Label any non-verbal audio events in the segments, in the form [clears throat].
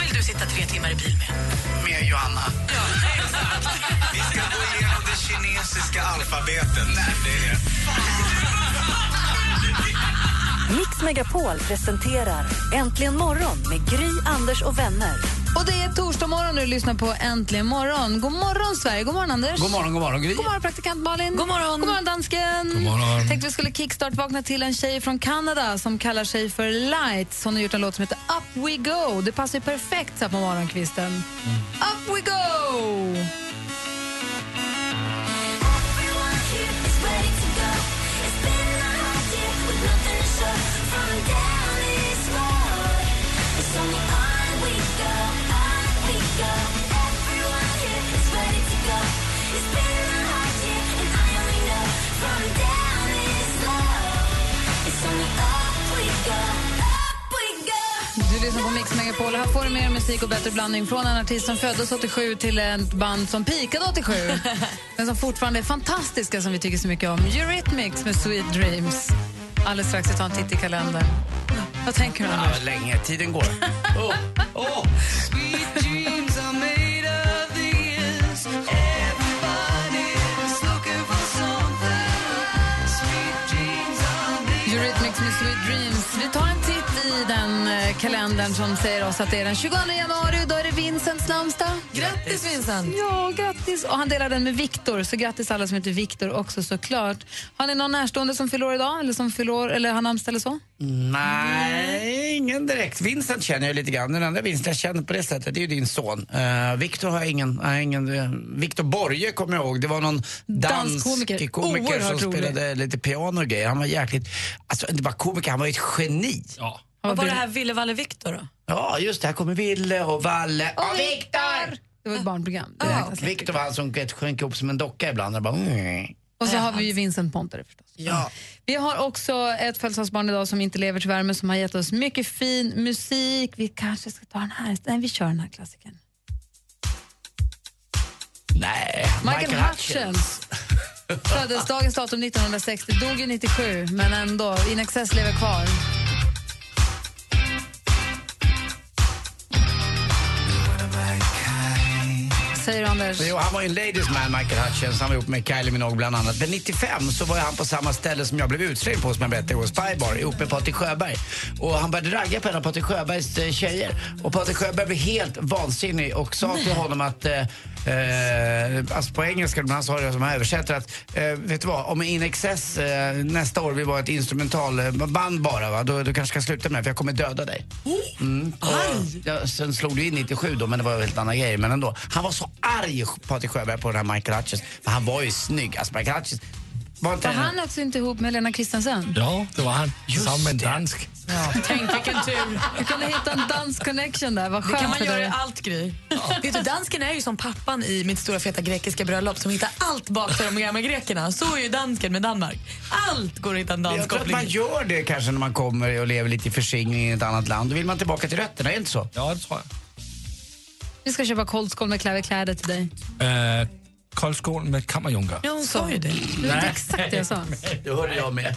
vill du sitta tre timmar i bil med? med Johanna. Vi ska gå igenom det kinesiska alfabetet. Nej, det är det. Mix Megapol presenterar Äntligen morgon med Gry, Anders och vänner. Och det är torsdag morgon och du lyssnar på Äntligen morgon. God morgon Sverige, god morgon Anders. God morgon, god morgon Gry. God morgon praktikant Malin. God morgon. God morgon dansken. God morgon. Tänkte vi skulle kickstart-vakna till en tjej från Kanada som kallar sig för Lights. Hon har gjort en låt som heter Up We Go. Det passar ju perfekt så här på morgonkvisten. Up We Go! Du lyssnar på Mix Megapol och här får du mer musik och bättre blandning från en artist som föddes 87 till ett band som pikade 87. Men som fortfarande är fantastiska som vi tycker så mycket om. Eurythmics med Sweet Dreams. Alldeles strax ska vi ta en titt i kalendern. Vad tänker du Anders? länge tiden [laughs] går. Oh, Eurythmics med Sweet Dreams. Vi tar en titt i den eh, kalendern som säger oss att det är den 22 januari och då är det Vincents namnsdag. Grattis Vincent! Ja, grattis! Och han delar den med Viktor, så grattis alla som heter Viktor också såklart. Har ni någon närstående som fyller år idag eller som fyller år, eller har namnsdag eller så? Nej, ingen direkt. Vincent känner jag lite grann. Den enda Vincent jag känner på det sättet det är ju din son. Eh, Victor har jag ingen... nej, ingen eh, Victor Borge kommer jag ihåg. Det var någon dansk Danskomiker. komiker, Oerhört som rolig. spelade lite piano och grejer. Han var jäkligt... Alltså inte bara komiker, han var ju ett geni. Ja. Vad var det här? Ville Valle Viktor då? just det. Här kommer Ville och Valle och, Victor! Det var ett barnprogram. Det räknas inte. Victor var han som vet, sjönk ihop som en docka ibland. Och bara, mm. Och så har vi ju Vincent Pontare förstås. Ja. Vi har också ett födelsedagsbarn idag som inte lever tyvärr men som har gett oss mycket fin musik. Vi kanske ska ta den här. Nej, vi kör den här klassikern. Nej, Michael, Hutchins. Föddes dagens datum 1960, dog ju 97 men ändå, In Excess lever kvar. Säger du Anders? Jo, han var ju en ladies man, Michael Hutchins. Han var ihop med Kylie Minogue bland annat. Men 95 så var ju han på samma ställe som jag blev utslängd på, som jag berättade igår, Spy Bar, ihop med Patrik Sjöberg. Och han började ragga på en av Patrik Sjöbergs eh, tjejer. Och Patrik Sjöberg blev helt vansinnig och sa till honom att eh, Eh, alltså på engelska, men han sa det som han översätter att, eh, vet du vad, om In Excess eh, nästa år vill vara ett instrumentalband bara, va? Då, då kanske jag ska sluta med det, för jag kommer döda dig. Och, ja, sen slog du in 97 då, men det var en helt annan grej. Men ändå. Han var så arg, Patrik Sjöberg, på den här Michael Hutchins. För han var ju snygg. Alltså, Michael Hutchins var inte... Var han alltså inte ihop med Lena Christensen? [laughs] Ja, det var han. Tillsammans med en det. dansk. Tänk vilken tur. Du kunde hitta en dansk connection där, vad Det skönt kan man för göra i dig. allt, Gry. Vet du, dansken är ju som pappan i Mitt stora feta grekiska bröllop som hittar allt bak till de gamla grekerna. Så är ju dansken med Danmark. Allt går att hitta en dansk Jag tror att koppling. man gör det kanske när man kommer och lever lite i förskingring i ett annat land. Då vill man tillbaka till rötterna, är det inte så? Ja, det tror jag. Vi ska köpa Coldskål med kläverkläder till dig. Uh, Koldskål med kammarjunker. Ja, hon sa ju det. Det var exakt det jag sa. Det hörde jag med.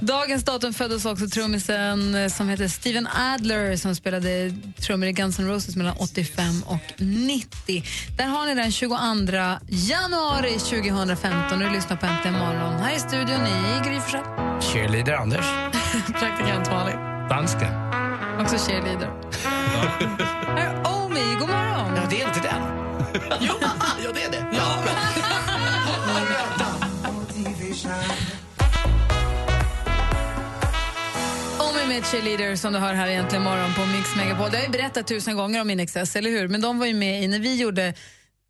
Dagens datum föddes också trummisen eh, som heter Steven Adler som spelade trummor i Guns N' Roses mellan 85 och 90. Där har ni den 22 januari 2015 och du lyssnar på Äntligen morgon. Här i studion i Gry Forssell. Cheerleader Anders. [laughs] Praktikant Malin. Danska. också cheerleader. Här är Omi, god morgon! Ja, det är inte den. [laughs] jo, ja, det är det. Ja. Omi med Cheerleader som du hör här egentligen morgon på Mix Megapol. Det har jag ju berättat tusen gånger om Inexcess, eller hur? Men de var ju med i när vi gjorde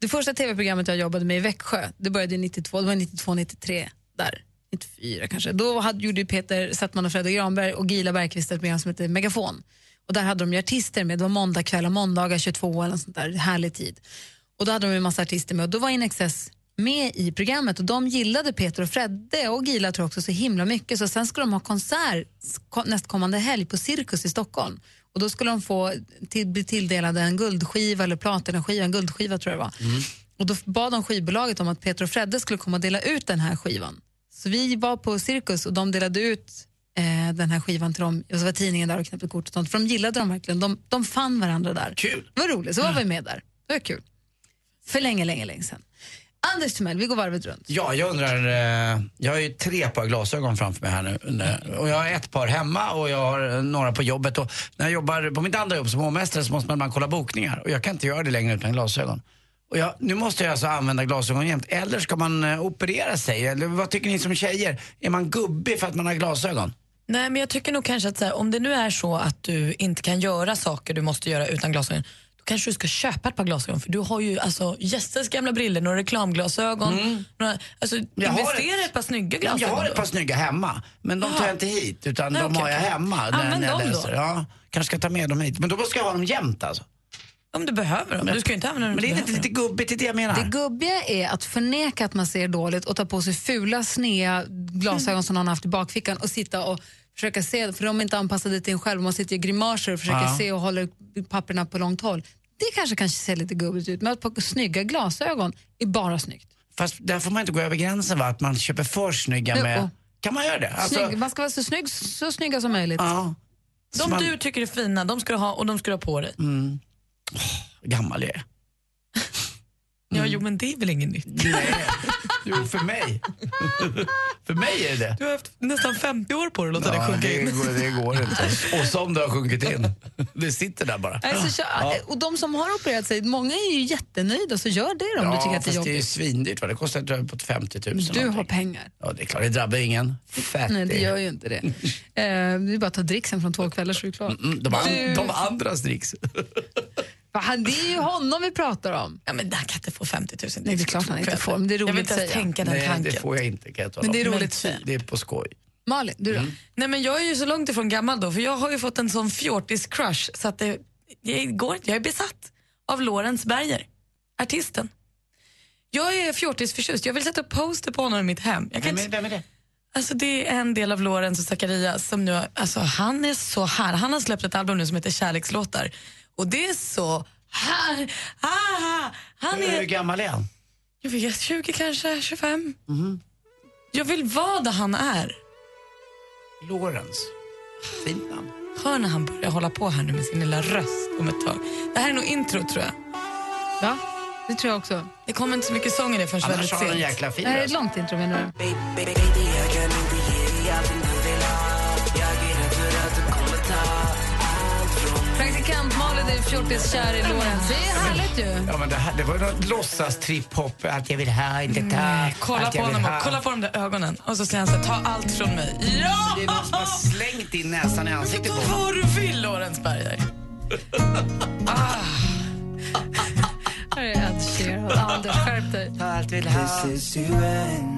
det första tv-programmet jag jobbade med i Växjö. Det började ju 92, det var 92, 93 där. 94 kanske. Då hade, gjorde ju Peter Settman och Fredrik Granberg och Gila Bergqvist ett program som hette Megafon. Och där hade de ju artister med, det var måndagkvällar, måndagar 22 eller något sånt där, härlig tid. Och då hade de en massa artister med och då var In Excess med i programmet och de gillade Peter och Fredde och Gila tror jag också så himla mycket så sen skulle de ha konsert ko- nästkommande helg på Cirkus i Stockholm och då skulle de få till, bli tilldelade en guldskiva eller platinaskiva, en guldskiva tror jag det var. Och då bad de skivbolaget om att Peter och Fredde skulle komma och dela ut den här skivan. Så vi var på Cirkus och de delade ut eh, den här skivan till dem. Och så var tidningen där och knäppte kort och sånt. För de gillade dem verkligen. De, de fann varandra där. Kul. Det var roligt, så var vi med där. Det var kul. För länge, länge, länge sedan. Anders Timell, vi går varvet runt. Ja, jag undrar. eh, Jag har ju tre par glasögon framför mig här nu. Och jag har ett par hemma och jag har eh, några på jobbet. Och när jag jobbar på mitt andra jobb som hovmästare så måste man ibland kolla bokningar. Och jag kan inte göra det längre utan glasögon. Och jag, nu måste jag alltså använda glasögon jämt. Eller ska man eh, operera sig? Eller vad tycker ni som tjejer? Är man gubbig för att man har glasögon? Nej, men jag tycker nog kanske att så här, om det nu är så att du inte kan göra saker du måste göra utan glasögon, då kanske du ska köpa ett par glasögon för du har ju alltså gästens gamla briller, några reklamglasögon, några, alltså Jag har investera i ett par snygga Ja, glasögon. Jag har ett par då. snygga hemma, men de tar jag inte hit utan Nej, de okej, har jag okej. hemma. när- Använd när jag dem då. läser. Ja, kanske ska ta med dem hit. Men då ska jag ha dem jämt alltså. Om du behöver dem, du ska ju inte använda dem. Men om det du är lite, behöver lite gubbigt, det är det jag menar. Det gubbiga är att förneka att man ser dåligt och ta på sig fula, snea glasögon som någon har haft i bakfickan och sitta och försöka se, för de är inte anpassade till en själv. Man sitter i grimaser och försöker Ja. se och håller papperna på långt håll. Det kanske kanske ser lite gubbigt ut, men att på snygga glasögon är bara snyggt. Fast där får man inte gå över gränsen va? Att man köper för snygga Jo. med... Kan man göra det? Alltså, Snygg, man ska vara så, snygg, så snygga som möjligt. ja. dem. Så man, De du tycker är fina, de ska du ha och de ska du ha på dig. Mm. Gammal jag är. Mm. Ja, jo men det är väl inget nytt. Nej. Jo, för mig. för mig är det det. Du har haft nästan 50 år på dig att låta det sjunka det, in. går, det går inte. Och som det har sjunkit in. Det sitter där bara. Alltså, så, Och de som har opererat sig, många är ju jättenöjda, så gör det om du tycker att det är fast det är ju jobbigt. svindyrt. Va? Det kostar tror jag, på 50 000. Du har någonting. pengar. Ja, det är klart. Det drabbar ingen. [laughs] Fett. Nej, det gör ju inte [laughs] det. Eh, det är bara att ta dricksen från två kvällar så är du klar. Mm, de, Du- an, de andra dricks. Va, han- Det är ju honom vi pratar om. Ja, men han kan inte få 50 000. Nej, det är klart han inte får, men det är Jag roligt vill inte ens att säga. tänka den Nej, tanken. det får jag inte kan jag tala Men det är om. roligt att säga. Det är på skoj. Malin, du då? Nej men jag är ju så långt ifrån gammal då för jag har ju fått en sån fjortis-crush så att det, det går inte. Jag är besatt av Lorentz Berger, artisten. Jag är fjortisförtjust. Jag vill sätta upp poster på honom i mitt hem. Jag kan Vem är, inte- vem är det? Alltså det är en del av Lorenz och Zacharias som nu, har- alltså han är så här. Han har släppt ett album nu som heter Kärlekslåtar och det är så här. Ah, han Hur är gammal är han? jag vet, 20 kanske, 25. Jag vill vara där han är. Lorenz. Fint namn. Hör när han börjar hålla på här nu med sin lilla röst om ett tag. Det här är nog intro tror jag. Ja, det tror jag också. Det kommer inte så mycket sång i det förrän Annars väldigt har han en sent. jäkla alltså. fin Det här är ett röst. långt intro menar du? Praktikant Malin är fjortiskär i Lorentz. Det är härligt ju. Ja, men det, här, det var ju något låtsas trip-hop. Allt jag vill ha, inte ta. Kolla allt på jag vill honom ha. och kolla på de där ögonen. Och så säger han så här, ta allt från mig. Ja! Det är någon som har slängt in näsan i ansiktet Ta på honom. vad du vill, Lorentz Berger. Här är Ed Sheeran. Anders, skärp dig. Ta allt jag vill ha.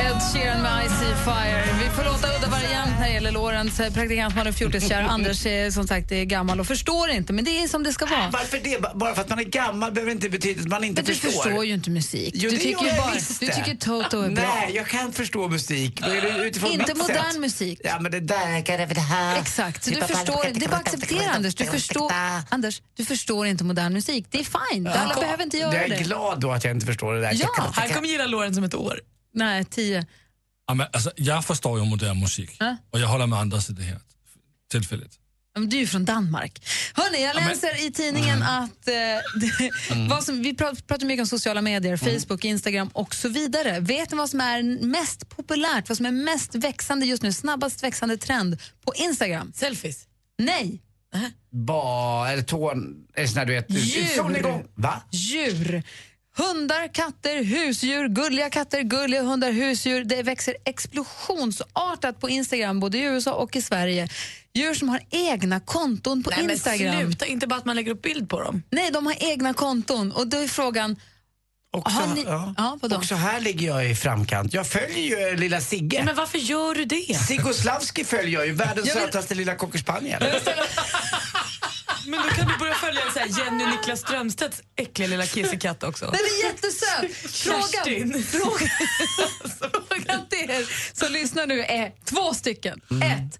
Ed Sheeran med I See Fire. Vi får låta udda vara jämnt när det gäller Lorentz. Eh, Praktikant Malin fjortiskär. Anders är som sagt är gammal och förstår inte, men det är som det ska vara. Varför det? B- Bara för att man är gammal behöver inte betyda att man inte Men du förstår. ju inte musik. Jo, du, det tycker gör ju jag bara, visst du det. tycker Toto är bra. Nej, jag kan förstå musik. Då är det utifrån Inte mitt modern sätt. musik. Ja, men det där kan jag väl ha. Exakt, så du förstår, det är bara att acceptera Anders. Du förstår, Anders, du förstår inte modern musik. Det är fine, alla behöver inte göra Jag är det. glad då att jag inte förstår det där. Ja. Han kommer gilla Lorentz om ett år. Nej, tio. Ja, men, alltså, jag förstår ju modern musik Ja. och jag håller med Anders i det här tillfället. Men Du är ju från Danmark. Hörrni, jag läser i tidningen Mm. att... Eh, [laughs] det, vad som, vi pra- pratar mycket om sociala medier, Facebook, Instagram och så vidare. Vet ni vad som är mest populärt, vad som är mest växande just nu, snabbast växande trend på Instagram? Selfies. Nej, Ba, eller tån, eller sån där du vet. Djur. Solnedgång. Va? djur. Hundar, katter, husdjur, gulliga katter, gulliga hundar, husdjur. Det växer explosionsartat på Instagram, både i USA och i Sverige. Djur som har egna konton på Nej, men Instagram. sluta, inte bara att man lägger upp bild på dem. Nej, de har egna konton. Och då är frågan, Också, Har ni- ja, vadå? också här ligger jag i framkant. Jag följer ju eh, lilla Sigge. Men varför gör du det? Sigoslavski följer jag ju, världens sötaste lilla cockerspaniel. Men då kan du börja följa så här Jenny Niklas Strömstedts äckliga lilla kissekatt också. Den är jättesöt! Frågan, Kerstin. frågan, [laughs] frågan till er som lyssnar nu är två stycken. Mm. Ett,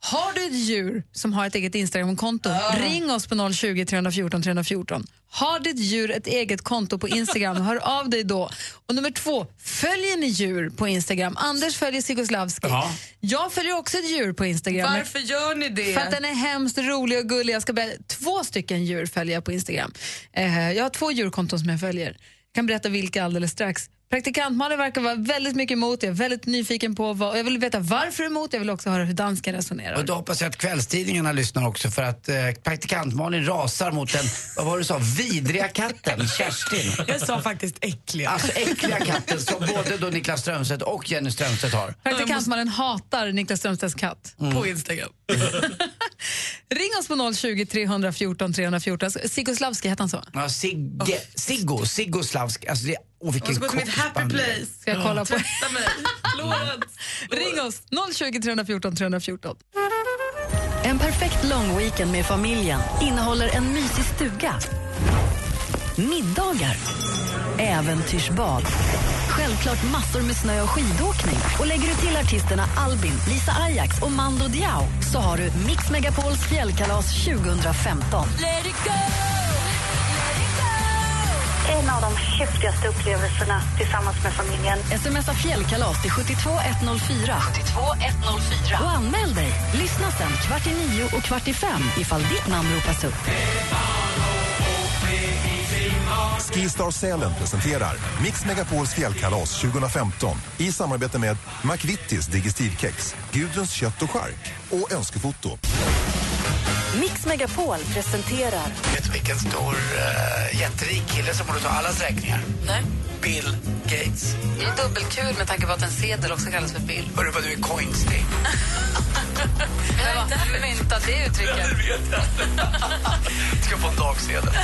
har du ett djur som har ett eget Instagramkonto? Ring oss på 020 314 314. Har ditt djur ett eget konto på Instagram? Hör av dig då. Och nummer två, följer ni djur på Instagram? Anders följer Sigoslavski. Ja. Jag följer också ett djur på Instagram. Varför gör ni det? För att den är hemskt rolig och gullig. Jag ska berätta. Två stycken djur följer jag på Instagram. Eh, jag har två djurkonton som jag följer. Jag kan berätta vilka alldeles strax. Praktikant Malin verkar vara väldigt mycket emot det. Jag är väldigt nyfiken på vad, och jag vill veta varför emot. Jag vill också höra hur dansken resonerar. Och då hoppas jag att kvällstidningarna lyssnar också för att eh, praktikant Malin rasar mot den, vad var det du sa, vidriga katten Kerstin. Jag sa faktiskt äckliga. Alltså äckliga katten som både då Niklas Strömstedt och Jenny Strömstedt har. Praktikant Malin hatar Niklas Strömstedts katt. Mm. På Instagram. [laughs] Ring oss på 020 314 314. Sigoslavski hette han så? Ja, Sigge, Siggo, Sigoslavski. Alltså det, åh vilken Och så gå till mitt happy korsband det är. place. Ska jag kolla på? Tvätta [laughs] mig. Lorentz. Ring oss 020 314 314. En perfekt lång weekend med familjen innehåller en mysig stuga, middagar, äventyrsbad, självklart massor med snö och skidåkning. Och lägger du till artisterna Albin, Lisa Ajax och Mando Diao så har du Mix Megapols fjällkalas 2015. En av de häftigaste upplevelserna tillsammans med familjen. Smsa fjällkalas till 72104. 72104. Och anmäl dig. Lyssna sen kvart i nio och kvart i fem ifall ditt namn ropas upp. Skistar Sälen presenterar Mix Megapols fjällkalas 2015 i samarbete med McVittys Digestivkex, Gudruns kött och skark och Önskefoto. Mix Megapol presenterar Vet du vilken stor eh, jätterik kille som borde ta allas räkningar? Nej. Bill Gates. Det är dubbelkul med tanke på att en sedel också kallas för bild. Hörru vad du är coinstig. Jag har inte myntat det uttrycket. Ska få en dagsedel.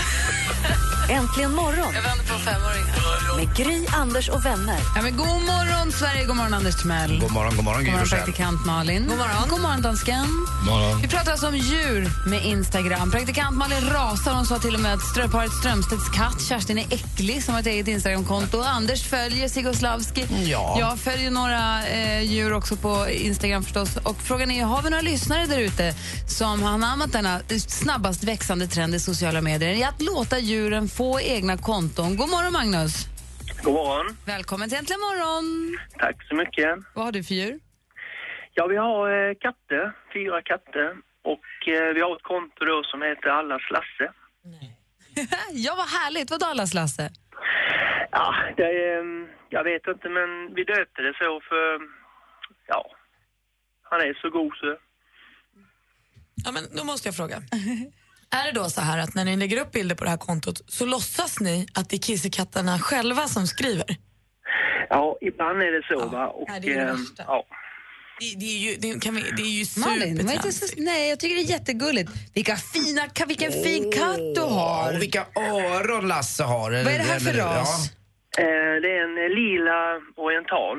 Äntligen morgon vänder på femåringar. med Gry, Anders och vänner. Ja, men god morgon, Sverige. God morgon, Anders Timell. God morgon, god morgon Gry God morgon, Forssell. praktikant Malin. God morgon. God morgon, dansken. Morgon. Vi pratar alltså om djur med Instagram. Praktikant Malin rasar. Hon sa till och med att strö- paret Strömstedts katt Kerstin är äcklig som har ett eget Instagramkonto. Anders följer Sigoslavski. Ja. Jag följer några eh, djur också på Instagram förstås. Och frågan är, har vi några lyssnare där ute som har anammat denna eh, snabbast växande trend i sociala medier? I att låta djuren få egna konton. God morgon, Magnus. God morgon. Välkommen till Äntligen morgon. Tack så mycket. Vad har du för djur? Ja, vi har eh, katter, fyra katter. Och eh, vi har ett konto då som heter Allas Lasse. Ja, vad härligt. Vad allas Lasse? Ja, det är, eh, jag vet inte, men vi döpte det så för, ja, han är så god så. Ja, men då måste jag fråga. Är det då så här att när ni lägger upp bilder på det här kontot så låtsas ni att det är kissekatterna själva som skriver? Ja, ibland är det så va. ja, Och, det är det eh, värsta. ja. Det, det är ju, det, kan vi, det är ju Malin, vad är det så, supertramsigt. nej, jag tycker det är jättegulligt. Vilka fina, ka- vilken fin katt du har. Åh, vilka öron Lasse har. Vad är det här för ras? Eh, det är en eh, lila oriental,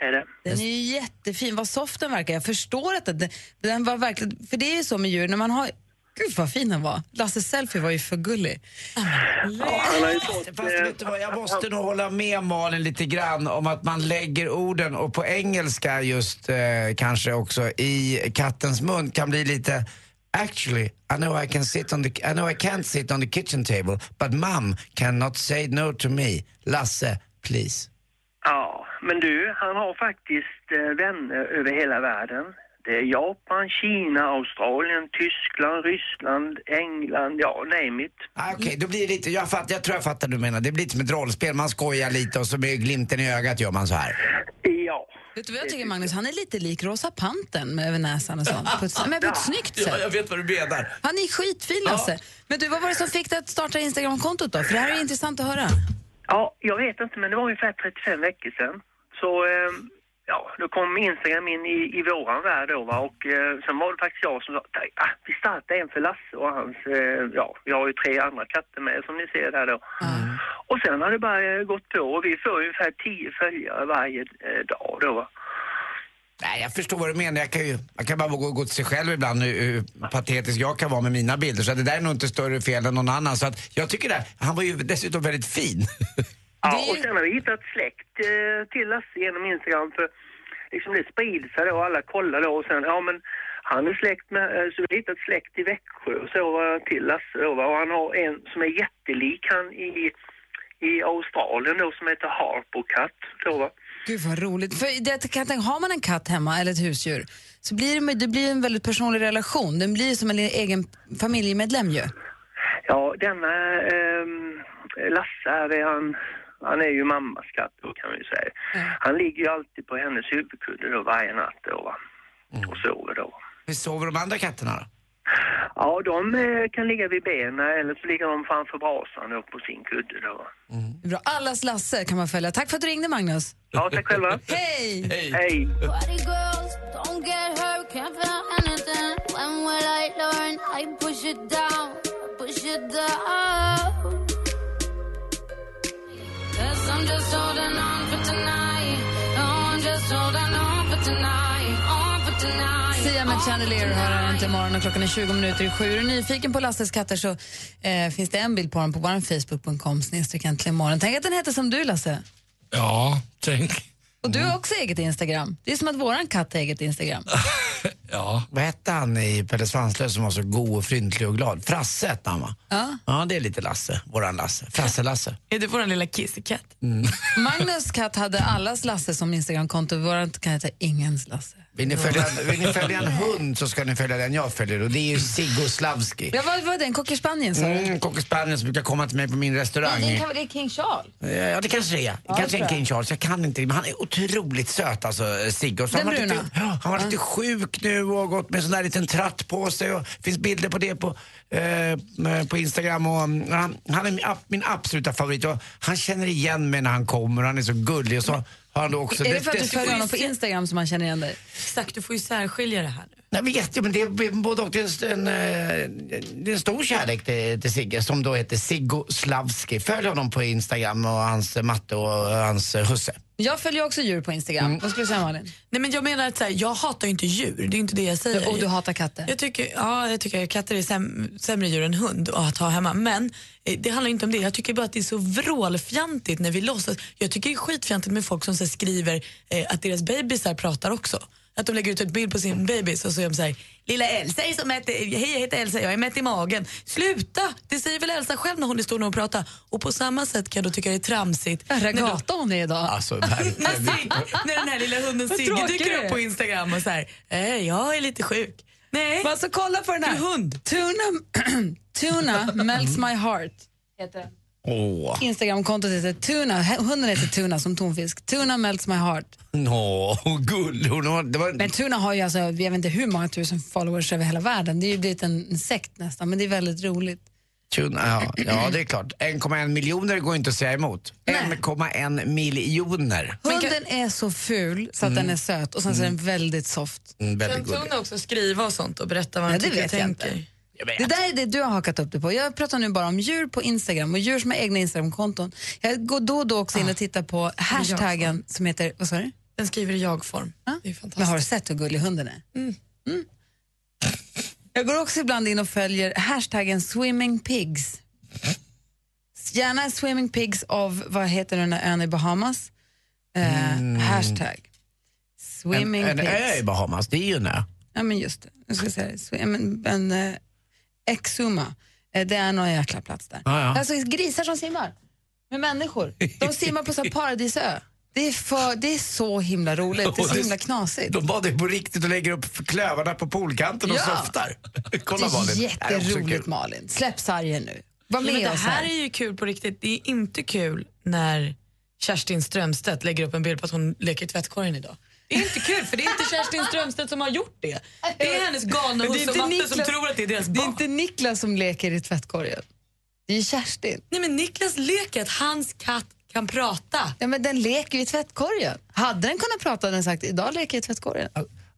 är det. Den är ju jättefin. Vad soft den verkar. Jag förstår att den, den var verkligen... För det är ju så med djur, när man har... Gud vad fin den var. Lasse selfie var ju för gullig. Han har ju fått, Fast eh, vet du vad, jag måste nog hålla med Malin lite grann om att man lägger orden och på engelska just eh, kanske också i kattens mun kan bli lite Actually, I know I, can sit on the, I know I can't sit on the kitchen table but mom cannot say no to me. Lasse, please. Ja, men du, han har faktiskt eh, vänner över hela världen. Det är Japan, Kina, Australien, Tyskland, Ryssland, England, ja, name it. Ah, Okej, då blir det lite, jag, fatt, jag tror jag fattar vad du menar. Det blir lite som ett rollspel, man skojar lite och så med glimten i ögat gör man så här. Ja. Vet du vad jag tycker Magnus? Han är lite lik Rosa Pantern med över näsan och sånt. På ett, men på ett snyggt sätt. vet vad du menar. Han är skitfin Lasse. Men du, vad var det som fick dig att starta Instagramkontot då? För det här är intressant att höra. ja, jag vet inte, men det var ungefär 35 veckor sedan. Så eh, ja, då kom Instagram in i, i våran värld då va? och eh, sen var det faktiskt jag som sa, ah, vi startar en för Lasse och hans, eh, ja, vi har ju tre andra katter med som ni ser där då. Och sen har det bara eh, gått på och vi får ungefär tio följare varje eh, dag då va? Nej, jag förstår vad du menar. Jag kan, ju, jag kan bara gå, gå till sig själv ibland hur, hur patetisk jag kan vara med mina bilder. Så att det där är nog inte större fel än någon annan. Så att jag tycker det. här- Han var ju dessutom väldigt fin. [laughs] Ja, och sen har vi hittat släkt eh, till Lasse genom Instagram för liksom det sprider sig då och alla kollar då och sen, ja men han är släkt med, eh, så vi har hittat släkt i Växjö och så eh, till Lasse då va? och han har en som är jättelik han i, i Australien då som heter Harpo Cat då va. Gud vad roligt. För det, jag kan tänka, har man en katt hemma eller ett husdjur så blir det, det blir en väldigt personlig relation. Den blir som en egen familjemedlem ju. Ja, denna eh, Lasse här, det är han, han är ju mammas katt då kan vi ju säga. Han ligger ju alltid på hennes huvudkudde då varje natt då va. Och sover då. Hur sover de andra katterna då? Ja, de eh, kan ligga vid benen eller så ligger de framför brasan upp på sin kudde då. Bra. Allas Lasse kan man följa. Tack för att du ringde Magnus. Ja, tack själva. Hej! Hej! Hej. Party girls, don't get hurt, can't feel anything. When will I learn? I push it down, push it down. Guess I'm just holding on for tonight. Oh, I'm just holding on for tonight, on for tonight. Sia med Chandelier hör här inte imorgon och klockan är 20 minuter i sju. Är du nyfiken på Lasses katter så eh, finns det en bild på dem på vår facebook.com snedstreck äntligen morgon. Tänk att den heter som du Lasse. Ja, tänk. Och du har också eget Instagram. Det är som att våran katt har eget Instagram. Ja. Vad hette han i Pelle Svanslös som var så god och fryntlig och glad? Frasse hette han va? Ja. Ja, det är lite Lasse. Våran Lasse. Frasse-Lasse. Är det vår lilla kissekatt? Magnus katt hade allas Lasse som Instagramkonto. Våran kan heta ingens Lasse. Vill [laughs] ni, följa, vill ni följa en hund så ska ni följa den jag följer och det är ju Siggo Slavski. Ja, vad var den? Cocker Spanien sa du? Mm, Cocker Spaniel som brukar komma till mig på min restaurang. Nej, det kan- Det är King Charles. Eh, Ja, det kanske det är. Det Ja, kanske tror är en jag. King Charles. Jag kan inte. Men han är otroligt söt alltså, Sigge. Och så Den han var lite- bruna? Ja, Han var lite sjuk nu och har gått med sån där liten tratt på sig. Och finns bilder på det på, eh, på Instagram. Och, mm, han, han är min, ab- min absoluta favorit. Och han känner igen mig när han kommer och han är så gullig. Och så har han då också... är det för att du följer honom på Instagram? Instagram som man känner igen dig? Exakt, du får ju särskilja det här. Jag vet ju, men det är både och. Det är en, st- en, eh, det är en stor kärlek till, till Sigge som då heter Siggo Slavski. Följ honom på Instagram och hans eh, matte och hans eh, husse. Jag följer också djur på Instagram. Vad skulle du säga Malin? Nej, men jag menar att så här, jag hatar ju inte djur, det är inte det jag säger. Och du hatar katter? Jag tycker, ja, jag tycker att katter är säm, sämre djur än hund att ha hemma. Men eh, det handlar inte om det. Jag tycker bara att det är så vrålfjantigt när vi låtsas. Jag tycker det är skitfjantigt med folk som så här, skriver eh, att deras bebisar pratar också. Att de lägger ut ett bild på sin bebis och så är de så här, lilla Elsa är som mätt, hej jag heter Elsa, jag är mätt i magen. Sluta! Det säger väl Elsa själv när hon är stor och pratar. Och på samma sätt kan jag då tycka det är tramsigt. Ragata hon är idag. Alltså, [laughs] när den här lilla hunden Vad Sigge tråkig dyker du är. upp på Instagram och så här, eh, jag är lite sjuk. Nej. Men alltså kolla på den här. hund. Tuna, [clears throat] tuna melts my heart. Heter den. Åh, Instagramkontot heter Tuna. H- Hunden heter Tuna som tonfisk. Tuna melts my heart. nå, gull. Hon har, det var, Men Tuna har ju alltså, jag vet inte hur många tusen followers över hela världen. Det är ju blivit en en sekt nästan, men det är väldigt roligt. tuna, ja, ja, det är klart. 1,1 miljoner går inte att säga emot. 1,1 miljoner. Hunden är så ful så att den är söt och sen så är den väldigt soft. Mm, Kan väldigt gullig. Tone också skriva och sånt och berätta vad Nej, han det tycker och vet jag tänker? inte. Det där är det du har hakat upp dig på. Jag pratar nu bara om djur på Instagram och djur som har egna Instagramkonton. Jag går då och då också in och tittar på hashtaggen som heter, vad sa du? Den skriver i jag-form. Det är fantastiskt. Men har du sett hur gullig hunden är? Mm. Jag går också ibland in och följer hashtaggen swimmingpigs. Gärna swimmingpigs av, vad heter den där ön i Bahamas? Eh, Hashtag. En, Swimming en pigs. ö i Bahamas, det är ju en ö. Ja, men just det. Nu ska jag säga det. Så, ja, men, en, eh, Exuma. Eh, det är någon jäkla plats där. Ja, ja. Alltså grisar som simmar med människor. [laughs] De simmar på så här paradisö. Det är, för, det är så himla roligt. Det är så himla knasigt. De badar ju på riktigt och lägger upp klövarna på poolkanten och Ja. softar. Kolla det är Malin. Det här är också jätteroligt kul. Malin. Släpp sargen nu. Var ja, med men det oss här här. är ju kul på riktigt. Det är inte kul när Kerstin Strömstedt lägger upp en bild på att hon leker i tvättkorgen idag. Det är inte kul, för det är inte Kerstin Strömstedt som har gjort det. Det är hennes galna Men det är husse och inte matte som Niklas- tror att det är deras Det är barn. inte Niklas som leker i tvättkorgen. Det är Kerstin. Nej, men Niklas leker att hans katt kan prata. Ja, men den leker ju i tvättkorgen. Hade den kunnat prata hade den sagt idag leker jag i tvättkorgen.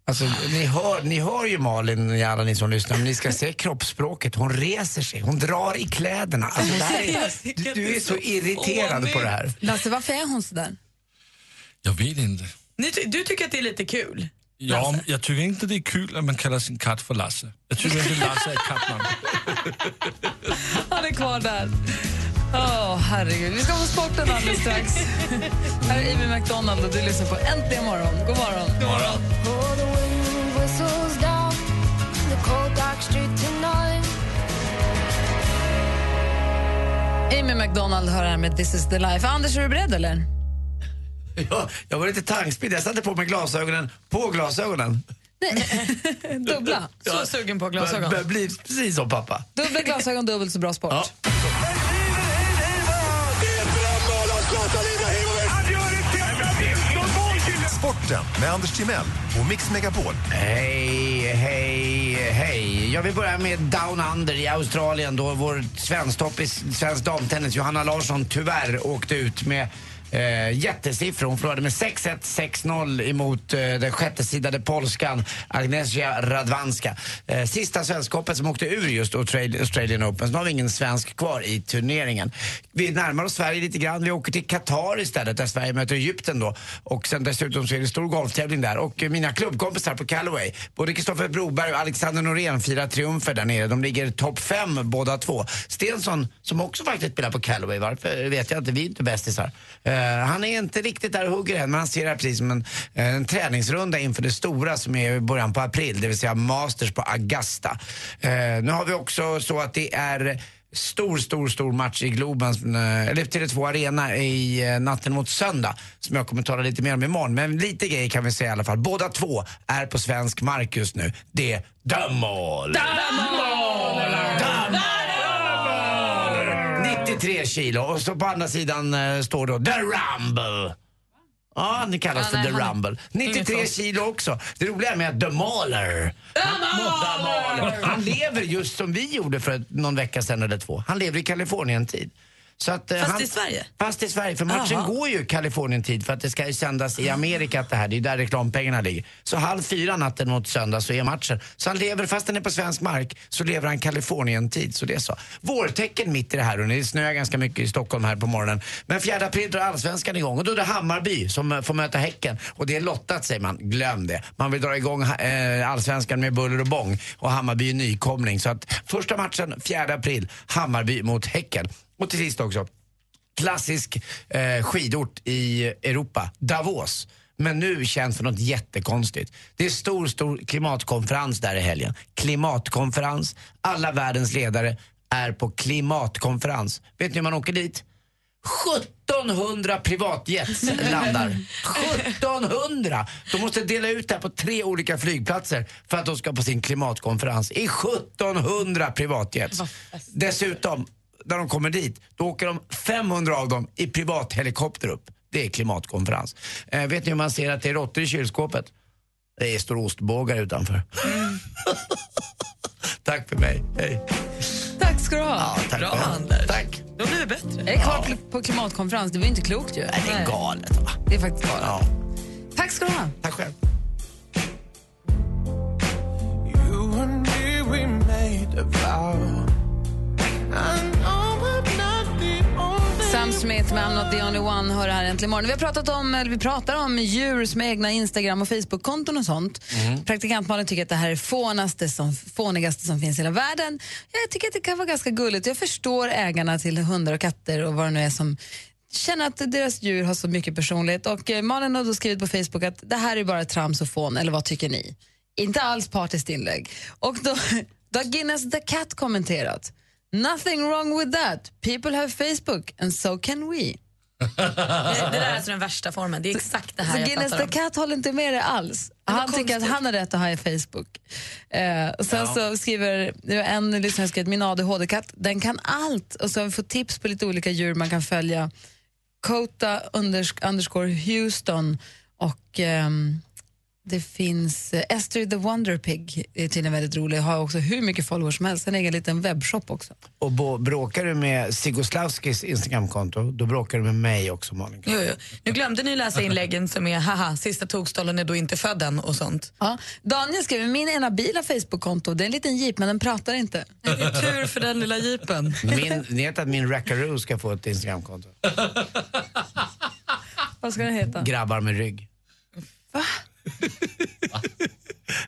Alltså, ni, hör, ni hör ju Malin, ni alla ni som lyssnar, men ni ska se kroppsspråket. Hon reser sig, hon drar i kläderna. Alltså, det här är, du, du är så irriterad på det här. Lasse, varför är hon sådär? Jag vet inte. Ni, ty- du tycker att det är lite kul? Ja, men jag tycker inte det är kul att man kallar sin katt för Lasse. Jag tycker inte Lasse är ett kattnamn. Han är kvar där. Åh, herregud. Vi ska få sporten alldeles strax. [laughs] Här är Amy McDonald och du lyssnar på Äntligen morgon. God morgon. God morgon. Oh, the wind whistles down the cold dark street tonight. Amy McDonald hör här med This is the life. Anders, är du beredd eller? Jag, jag var lite tankspridd, jag satte på mig glasögonen på glasögonen. [laughs] Dubbla. Så sugen på glasögon. Jag blir precis som pappa. Dubbla glasögon, dubbelt så bra sport. Sporten med Anders Timell och Mix Megapol. Hej, hej, hej. Jag vill börja med Down Under i Australien då vår svensktoppis, svensk damtennis, Johanna Larsson, tyvärr åkte ut med eh, jättesiffror. Hon förlorade med 6-1, 6-0 emot eh, den sjättesidade polskan Agnieszka Radwanska. Eh, sista svenskhoppet som åkte ur just Austral- Australian Open. Så nu har vi ingen svensk kvar i turneringen. Vi närmar oss Sverige lite grann. Vi åker till Qatar istället där Sverige möter Egypten då. Och sen dessutom så är det stor golftävling där. Och eh, mina klubbkompisar på Callaway, både Kristoffer Broberg och Alexander Norén firar triumfer där nere. De ligger topp fem båda två. Stensson, som också faktiskt spelar på Callaway, varför vet jag inte, vi är inte bästisar. Eh, han är inte riktigt där och hugger än, men han ser det här precis som en, eh, en träningsrunda inför det stora som är i början på april, det vill säga Masters på Augusta. Eh, nu har vi också så att det är stor, stor, stor match i Globen, eh, eller Tele2 Arena i eh, natten mot söndag som jag kommer tala lite mer om imorgon. Men lite grejer kan vi säga i alla fall. Båda två är på svensk mark just nu. Det är Dömål! 93 kilo och så på andra sidan eh, står då The Rumble. Ja, det kallas Ja, för nej, The han- Rumble. 93 Inget kilo också. Det roliga med att The Mauler, han lever just som vi gjorde för ett- någon vecka sedan eller två. Han lever i Kalifornien-tid. Så att, eh, Fast han, i Sverige? Fast i Sverige, för matchen Jaha. går ju Kalifornien-tid för att det ska ju sändas i Amerika att det här, det är ju där reklampengarna ligger. Så halv fyra natten mot söndag så är matchen. Så han lever, fast den är på svensk mark, så lever han Kalifornien-tid. Så det är så. Vårtecken mitt i det här och det snöar ganska mycket i Stockholm här på morgonen. Men 4 april drar allsvenskan igång och då är det Hammarby som eh, får möta Häcken. Och det är lottat säger man, glöm det. Man vill dra igång eh, allsvenskan med buller och bång och Hammarby är nykomling. Så att första matchen 4 april, Hammarby mot Häcken. Och till sist också, klassisk eh, skidort i Europa, Davos. Men nu känns för något jättekonstigt. Det är stor, stor klimatkonferens där i helgen. Klimatkonferens. Alla världens ledare är på klimatkonferens. Vet ni hur man åker dit? 1700 privatjets landar. 1700! De måste dela ut det här på tre olika flygplatser för att de ska på sin klimatkonferens. I 1700 privatjets. Dessutom, när de kommer dit, då åker de 500 av dem i privathelikopter upp. Det är klimatkonferens. Eh, vet ni hur man ser att det är råttor i kylskåpet? Det är stora ostbågar utanför. [laughs] Tack för mig. Hej. Tack ska du ha. tack Bra, för det. Anders. Tack. Då blir det bättre. Jag är kvar på- på klimatkonferens. Det var ju inte klokt ju. Nej, det är galet. Va? Det är faktiskt galet. Ja. Tack ska du ha. Tack själv. You and me, we made a vow. I know I'm not the only Sam Smith med I'm not the only one hör här äntligen imorgon. Vi har pratat om, eller vi pratar om djur som har egna Instagram och Facebook-konton och sånt. Mhm. Praktikant Malin tycker att det här är fånaste som, fånigaste som finns i hela världen. Jag tycker att det kan vara ganska gulligt. Jag förstår ägarna till hundar och katter och vad det nu är som känner att deras djur har så mycket personlighet. Och eh, Malin har då skrivit på Facebook att det här är bara trams och fån, eller vad tycker ni? Inte alls partiskt inlägg. Och då, [laughs] då har Guinness the Cat kommenterat. Nothing wrong with that. People have Facebook and so can we. Det, det där är alltså den värsta formen. Det är exakt det här Så jag Guinness pratar the om. Cat håller inte med dig alls. Han tycker att han har rätt att ha i Facebook. Eh, och sen Ja. så skriver det var en lyssnare som skrev att min ADHD-katt, den kan allt. Och så har vi fått tips på lite olika djur man kan följa. Kota unders- underscore Houston och ehm, Det finns eh, Esther the Wonder Pig, är tydligen väldigt rolig, har också hur mycket followers som helst. Sen egen liten webbshop också. Och bo, bråkar du med Sigoslavskis Instagramkonto, då bråkar du med mig också Malin. Jo, jo. Nu glömde ni läsa inläggen som är haha, sista tokstollen är då inte född än och sånt. Ja. Daniel skriver, min ena bil har Facebook-konto. Det är en liten jeep, men den pratar inte. Tur för den lilla jeepen. Min, ni vet att min Rackaroo ska få ett Instagramkonto. Vad ska den heta? Grabbar med rygg. Va?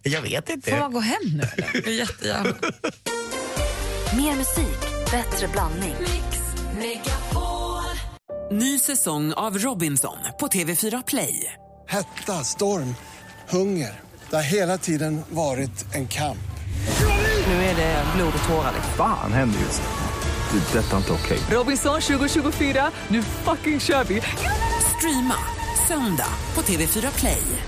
Jag vet inte. Får man gå hem nu eller? Jättegärna. Mer musik, bättre blandning. Ny säsong av Robinson på TV4 Play. Hetta, storm, hunger. Det har hela tiden varit en kamp. Nu är det blod och tårar. Fan händer just det. Det är detta inte okej. Robinson 2024, nu fucking kör vi! Streama söndag på TV4 Play.